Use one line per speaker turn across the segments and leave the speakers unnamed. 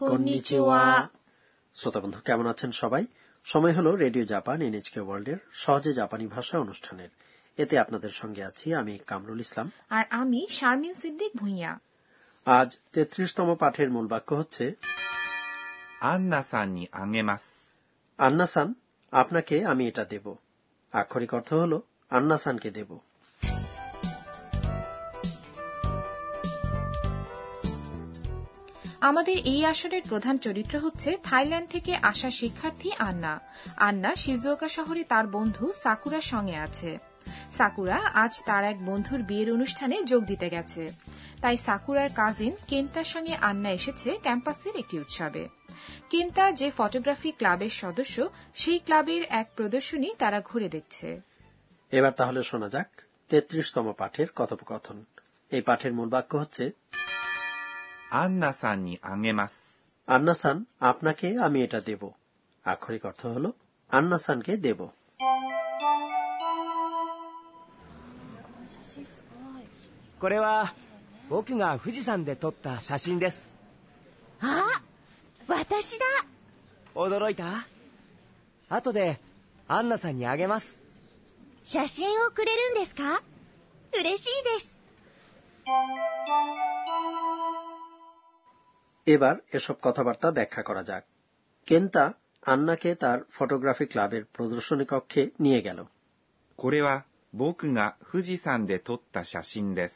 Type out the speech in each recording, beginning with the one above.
Konnichiwa.
শ্রোতা বন্ধু কেমন আছেন সবাই সময় হলো রেডিও জাপান এনএচকে ওয়ার্ল্ডের সহজে জাপানি ভাষা অনুষ্ঠানের এতে আপনাদের সঙ্গে আছি আমি কামরুল ইসলাম
আর আমি শারমিন সিদ্দিক ভুঁইয়া
আজ তেত্রিশতম পাঠের মূল বাক্য হচ্ছে
アンナさんにあげます。
আন্নাসান আপনাকে আমি এটা দেব আক্ষরিক অর্থ হলো আন্নাসানকে দেব
আমাদের এই আসরের প্রধান চরিত্র হচ্ছে থাইল্যান্ড থেকে আসা শিক্ষার্থী আন্না আন্না শিজুওকা শহরে তার বন্ধু সাকুরার সঙ্গে আছে সাকুরা আজ তার এক বন্ধুর বিয়ের অনুষ্ঠানে যোগ দিতে গেছে তাই সাকুরার কাজিন কেন্তার সঙ্গে আন্না এসেছে ক্যাম্পাসের একটি উৎসবে কেন্তা যে ফটোগ্রাফি ক্লাবের সদস্য সেই ক্লাবের এক প্রদর্শনী তারা ঘুরে দেখছে
এবার তাহলে শোনা যাক তেত্রিশতম পাঠের কথোপকথন এই পাঠের মূল বাক্য হচ্ছে
アンナさんにあげます。
আন্নাসান আপনাকে আমি এটা দেব আক্ষরিক অর্থ হলো আন্নাসানকে দেব
これは僕が富士山で撮った写真です
あ私だ
驚いた後でアンナさんにあげます
写真をくれるんですか嬉しいです。
এবার এসব কথাবার্তা ব্যাখ্যা করা যাক কেন্তা আন্নাকে তার ফটোগ্রাফি ক্লাবের প্রদর্শনী কক্ষে নিয়ে গেল
これは僕が富士山で撮った写真です。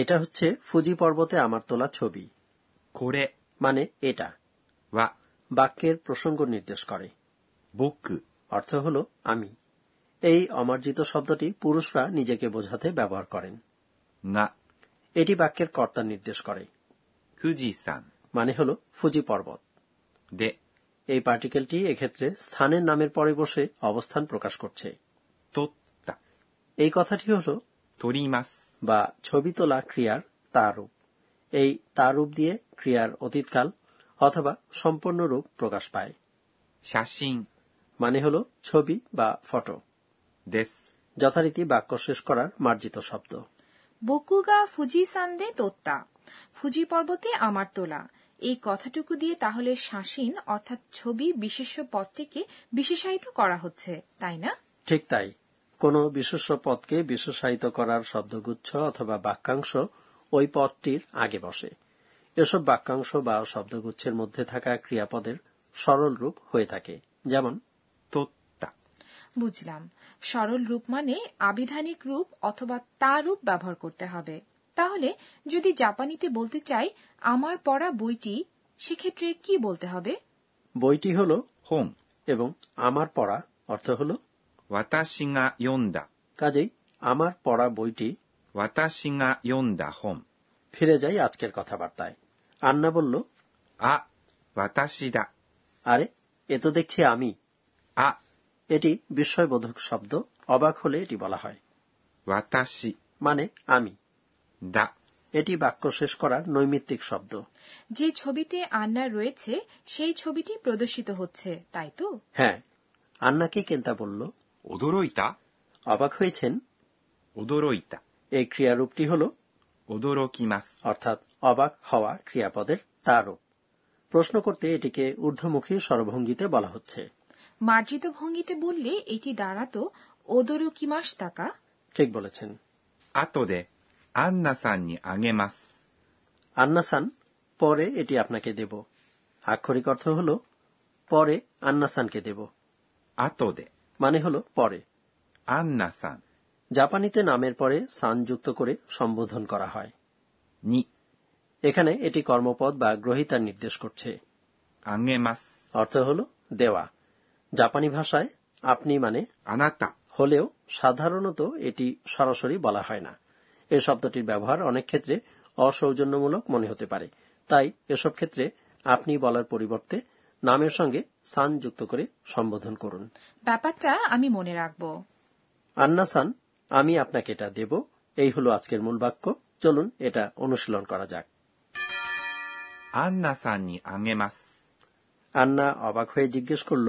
এটা হচ্ছে ফুজি পর্বতে আমার তোলা ছবি
これ
মানে এটা
は
বাক্যের প্রসঙ্গ নির্দেশ করে
僕
অর্থ হল আমি এই অমার্জিত শব্দটি পুরুষরা নিজেকে বোঝাতে ব্যবহার করেন
が
এটি বাক্যের কর্তা নির্দেশ করে
富士山
মানে হল ফুজি পর্বত
で
এই পার্টিকেলটি এক্ষেত্রে স্থানের নামের পরে বসে অবস্থান প্রকাশ করছে
撮った、
এই কথাটি হল
撮ります。
বা ছবি তোলা ক্রিয়ার তারূপ এই তারূপ দিয়ে ক্রিয়ার অতীতকাল অথবা সম্পূর্ণ রূপ প্রকাশ পায়
写真
মানে হল ছবি বা ফটো
です。
যথারীতি বাক্য শেষ করার মার্জিত শব্দ
বকুগা ফুজি সান্দে তোত্তা ফুজি পর্বতে আমার তোলা এই কথাটুকু দিয়ে তাহলে শাসিন অর্থাৎ ছবি বিশেষ্য পদটিকে বিশেষায়িত করা হচ্ছে তাই না
ঠিক তাই কোন বিশেষ পদকে বিশেষায়িত করার শব্দগুচ্ছ অথবা বাক্যাংশ ওই পদটির আগে বসে এসব বাক্যাংশ বা শব্দগুচ্ছের মধ্যে থাকা ক্রিয়াপদের সরল রূপ হয়ে থাকে যেমন
撮った、
বুঝলাম সরল রূপ মানে আবিধানিক রূপ অথবা তা রূপ ব্যবহার করতে হবে তাহলে যদি জাপানিতে বলতে চাই আমার পড়া বইটি সেক্ষেত্রে কি বলতে হবে
বইটি হল
本、
এবং আমার পড়া অর্থ হল
私が読んだ、
কাজেই আমার পড়া বইটি
私が読んだ本。
ফিরে যাই আজকের কথাবার্তায় আন্না বলল
あ、私だ、
আরে এ তো দেখছি আমি
あ、
এটি বিস্ময়বোধক শব্দ অবাক হলে এটি বলা হয়
私
মানে আমি
だ、
এটি বাক্য শেষ করার নৈমিত্তিক শব্দ
যে ছবিতে আন্না রয়েছে সেই ছবিটি প্রদর্শিত হচ্ছে তাই তো
হ্যাঁ আন্নাকে কেন্তা বলল
驚いた
অবাক হয়েছেন
驚いた、
এই ক্রিয়ারূপটি হল
驚きます、
অর্থাৎ অবাক হওয়া ক্রিয়াপদের তারূপ প্রশ্ন করতে এটিকে ঊর্ধ্বমুখী স্বরভঙ্গিতে বলা হচ্ছে
মার্জিত ভঙ্গিতে বললে এটি দাঁড়াতো ওদরু কিমাস তাকা
ঠিক বলেছেন
後でアンナさんにあげます。
আন্নাসান পরে এটি আপনাকে দেব আক্ষরিক অর্থ হল পরে আন্নাসানকে দেব
後で
মানে হল পরে
アンナさん
জাপানিতে নামের পরে সান যুক্ত করে সম্বোধন করা হয়
に
এখানে এটি কর্মপদ বা গ্রহিতা নির্দেশ করছে
あげます。
অর্থ হল দেওয়া জাপানি ভাষায় আপনি মানে
あなた
হলেও সাধারণত এটি সরাসরি বলা হয় না এই শব্দটির ব্যবহার অনেক ক্ষেত্রে অসৌজন্যমূলক মনে হতে পারে তাই এসব ক্ষেত্রে আপনি বলার পরিবর্তে নামের সঙ্গে সান যুক্ত করে সম্বোধন করুন
ব্যাপারটা আমি মনে রাখব
আন্না সান আমি আপনাকে এটা দেব এই হলো আজকের মূল বাক্য চলুন এটা অনুশীলন করা যাক
アンナさんにあげます。
আন্না অবাক হয়ে জিজ্ঞেস করল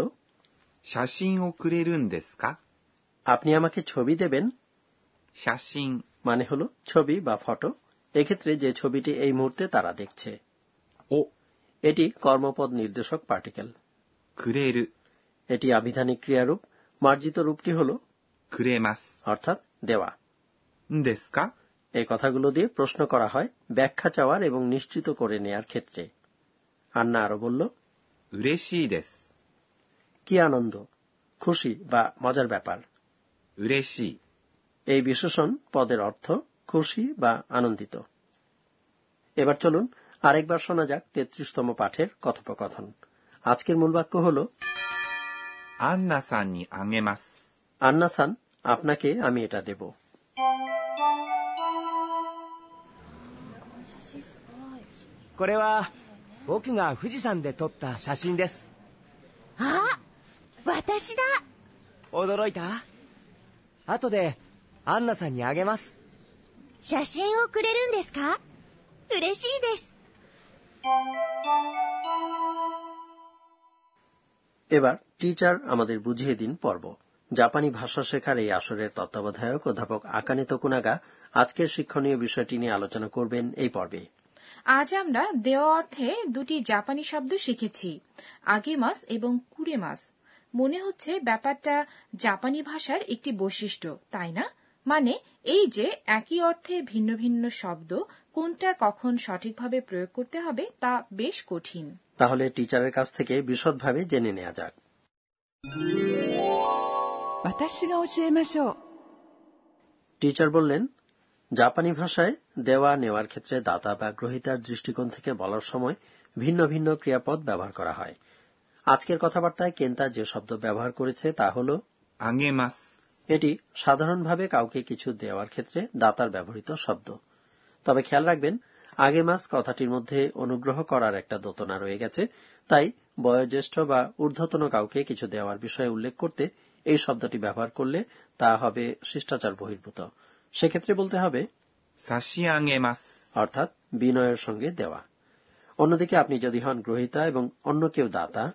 写真をくれるんですか
আপনি আমাকে ছবি দেবেন
写真
মানে হলো ছবি বা ফটো এক্ষেত্রে যে ছবিটি এই মুহূর্তে তারা দেখছে
を
এটি কর্মপদ নির্দেশক পার্টিকেল
くれる、
এটি আবিধানিক ক্রিয়ারূপ মার্জিত রূপটি হল
くれます。
অর্থাৎ দেওয়া
んですか
এই কথাগুলো দিয়ে প্রশ্ন করা হয় ব্যাখ্যা চাওয়ার এবং নিশ্চিত করে নেয়ার ক্ষেত্রে আন্না আরো বলল
嬉しいです。
কি আনন্দ খুশি বা মজার ব্যাপার
嬉しい。
এই বিশেষণ পদের অর্থ খুশি বা আনন্দিত এবার চলুন আরেকবার শোনা যাক তেত্রিশতম পাঠের কথোপকথন আজকের মূল বাক্য হল
アンナさんにあげます。
আন্না সান আপনাকে আমি এটা দেব
これは僕が富士山で撮った写真です
あ私だ
驚いた後でアンナさんにあげます
写真をくれるんですか嬉しいです。
এবার টিচার আমাদের বুঝিয়ে দিন পর্ব জাপানি ভাষা শেখার এই আসরের তত্ত্বাবধায়ক অধ্যাপক আকানে তকুনাগা আজকের শিক্ষণীয় বিষয়টি নিয়ে আলোচনা করবেন এই পর্বে
আজ আমরা দেওয়া অর্থে দুটি জাপানি শব্দ শিখেছি আগে মাস এবং কুড়ে মাস মনে হচ্ছে ব্যাপারটা জাপানি ভাষার একটি বৈশিষ্ট্য তাই না মানে এই যে একই অর্থে ভিন্ন ভিন্ন শব্দ কোনটা কখন সঠিকভাবে প্রয়োগ করতে হবে তা বেশ কঠিন
তাহলে টিচারের কাছ থেকে বিশদভাবে জেনে নেওয়া যাক
私が教えましょう
টিচার বললেন জাপানি ভাষায় দেওয়া নেওয়ার ক্ষেত্রে দাতা বা গ্রহিতার দৃষ্টিকোণ থেকে বলার সময় ভিন্ন ভিন্ন ক্রিয়াপদ ব্যবহার করা হয় আজকের কথাবার্তায় কেন্তা যে শব্দ ব্যবহার করেছে তা হল
あげます。
এটি সাধারণভাবে কাউকে কিছু দেওয়ার ক্ষেত্রে দাতার ব্যবহৃত শব্দ তবে খেয়াল রাখবেন আগে মাস কথাটির মধ্যে অনুগ্রহ করার একটা দোতনা রয়ে গেছে তাই বয়োজ্যেষ্ঠ বা ঊর্ধ্বতন কাউকে কিছু দেওয়ার বিষয়ে উল্লেখ করতে এই শব্দটি ব্যবহার করলে তা হবে শিষ্টাচার বহির্ভূত সেক্ষেত্রে বলতে হবে
差し上げます。
অর্থাৎ বিনয়ের সঙ্গে দেওয়া অন্যদিকে আপনি যদি হন গ্রহিতা এবং অন্য কেউ দাতা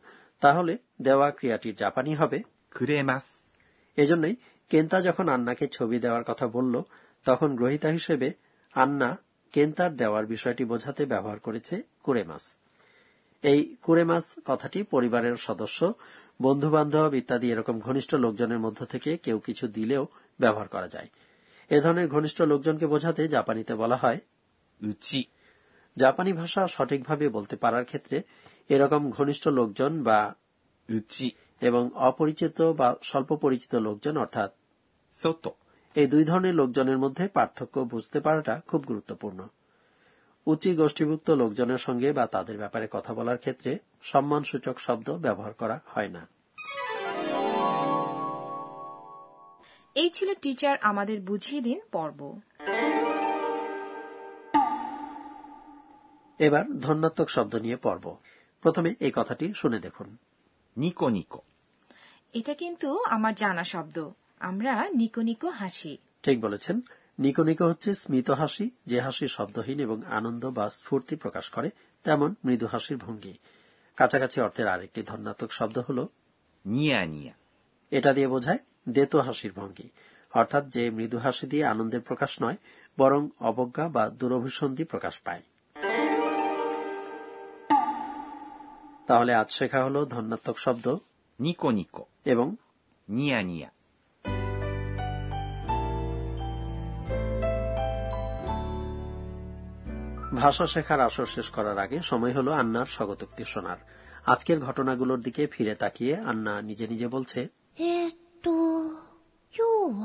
তাহলে দেওয়া ক্রিয়াটির জাপানি হবে
くれます。
এজন্যই কেন্তা যখন আন্নাকে ছবি দেওয়ার কথা বলল তখন গ্রহিতা হিসেবে আন্না কেন্তার দেওয়ার বিষয়টি বোঝাতে ব্যবহার করেছে কুরেমাস এই কুরেমাস কথাটি পরিবারের সদস্য বন্ধু বান্ধব ইত্যাদি এরকম ঘনিষ্ঠ লোকজনের মধ্য থেকে কেউ কিছু দিলেও ব্যবহার করা যায় এ ধরনের ঘনিষ্ঠ লোকজনকে বোঝাতে জাপানিতে বলা হয়
うち、
জাপানি ভাষা সঠিকভাবে বলতে পারার ক্ষেত্রে এরকম ঘনিষ্ঠ লোকজন বা
うち、
এবং অপরিচিত বা স্বল্প পরিচিত লোকজন অর্থাৎ
外、
এই দুই ধরনের লোকজনের মধ্যে পার্থক্য বুঝতে পারাটা খুব গুরুত্বপূর্ণ উচি গোষ্ঠীভুক্ত লোকজনের সঙ্গে বা তাদের ব্যাপারে কথা বলার ক্ষেত্রে সম্মানসূচক শব্দ ব্যবহার করা হয় না
এই ছিল টিচার আমাদের বুঝিয়ে দিন পর্ব
এবার ধন্যাত্মক শব্দ নিয়ে পর্ব প্রথমে এই কথাটি শুনে দেখুন
ニコニコ、
এটা কিন্তু আমার জানা শব্দ আমরা নিকো নিকো হাসি
ঠিক বলেছেন নিকোনিকো হচ্ছে স্মিত হাসি যে হাসি শব্দহীন এবং আনন্দ বা স্ফূর্তি প্রকাশ করে তেমন মৃদু হাসির ভঙ্গি কাছাকাছি অর্থের আরেকটি ধন্যাত্মক শব্দ হল
ニヤニヤ、
এটা দিয়ে বোঝায় দেত হাসির ভঙ্গি অর্থাৎ যে মৃদু হাসি দিয়ে আনন্দের প্রকাশ নয় বরং অবজ্ঞা বা দুরভিসন্ধি প্রকাশ পায় তাহলে আজ শেখা হলো ধন্যাত্মক শব্দ
ニコニコ、
এবং
ニヤニヤ。
ভাষা শেখার আসর শেষ করার আগে সময় হলো আন্নার স্বগতোক্তি শোনার আজকের ঘটনাগুলোর দিকে ফিরে তাকিয়ে আন্না নিজে নিজে বলছে
えーっと、今日は、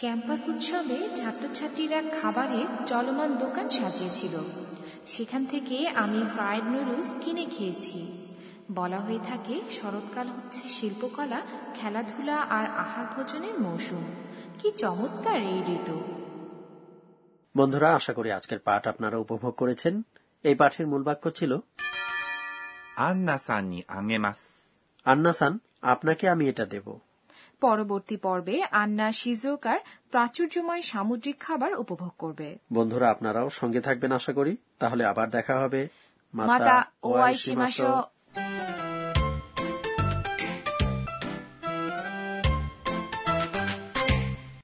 ক্যাম্পাস উৎসবে ছাত্রছাত্রীরা খাবারের চলমান দোকান সাজিয়েছিল সেখান থেকে আমি ফ্রায়েড নুডলস কিনে খেয়েছি বলা হয়ে থাকে শরৎকাল হচ্ছে শিল্পকলা খেলাধুলা আর আহার ভোজনের মৌসুম কি চমৎকার এই ঋতু
বন্ধুরা আশা করি আজকের পাঠ আপনারা উপভোগ করেছেন এই পাঠের মূল বাক্য ছিল
アンナさんにあげます。
আন্না সান আপনাকে আমি এটা দেব
পরবর্তী পর্বে আন্না শিজোকার প্রাচুর্যময় সামুদ্রিক খাবার উপভোগ করবে
বন্ধুরা আপনারাও সঙ্গে থাকবেন আশা করি তাহলে আবার দেখা হবে
মাতা ওয়াইশিমাশো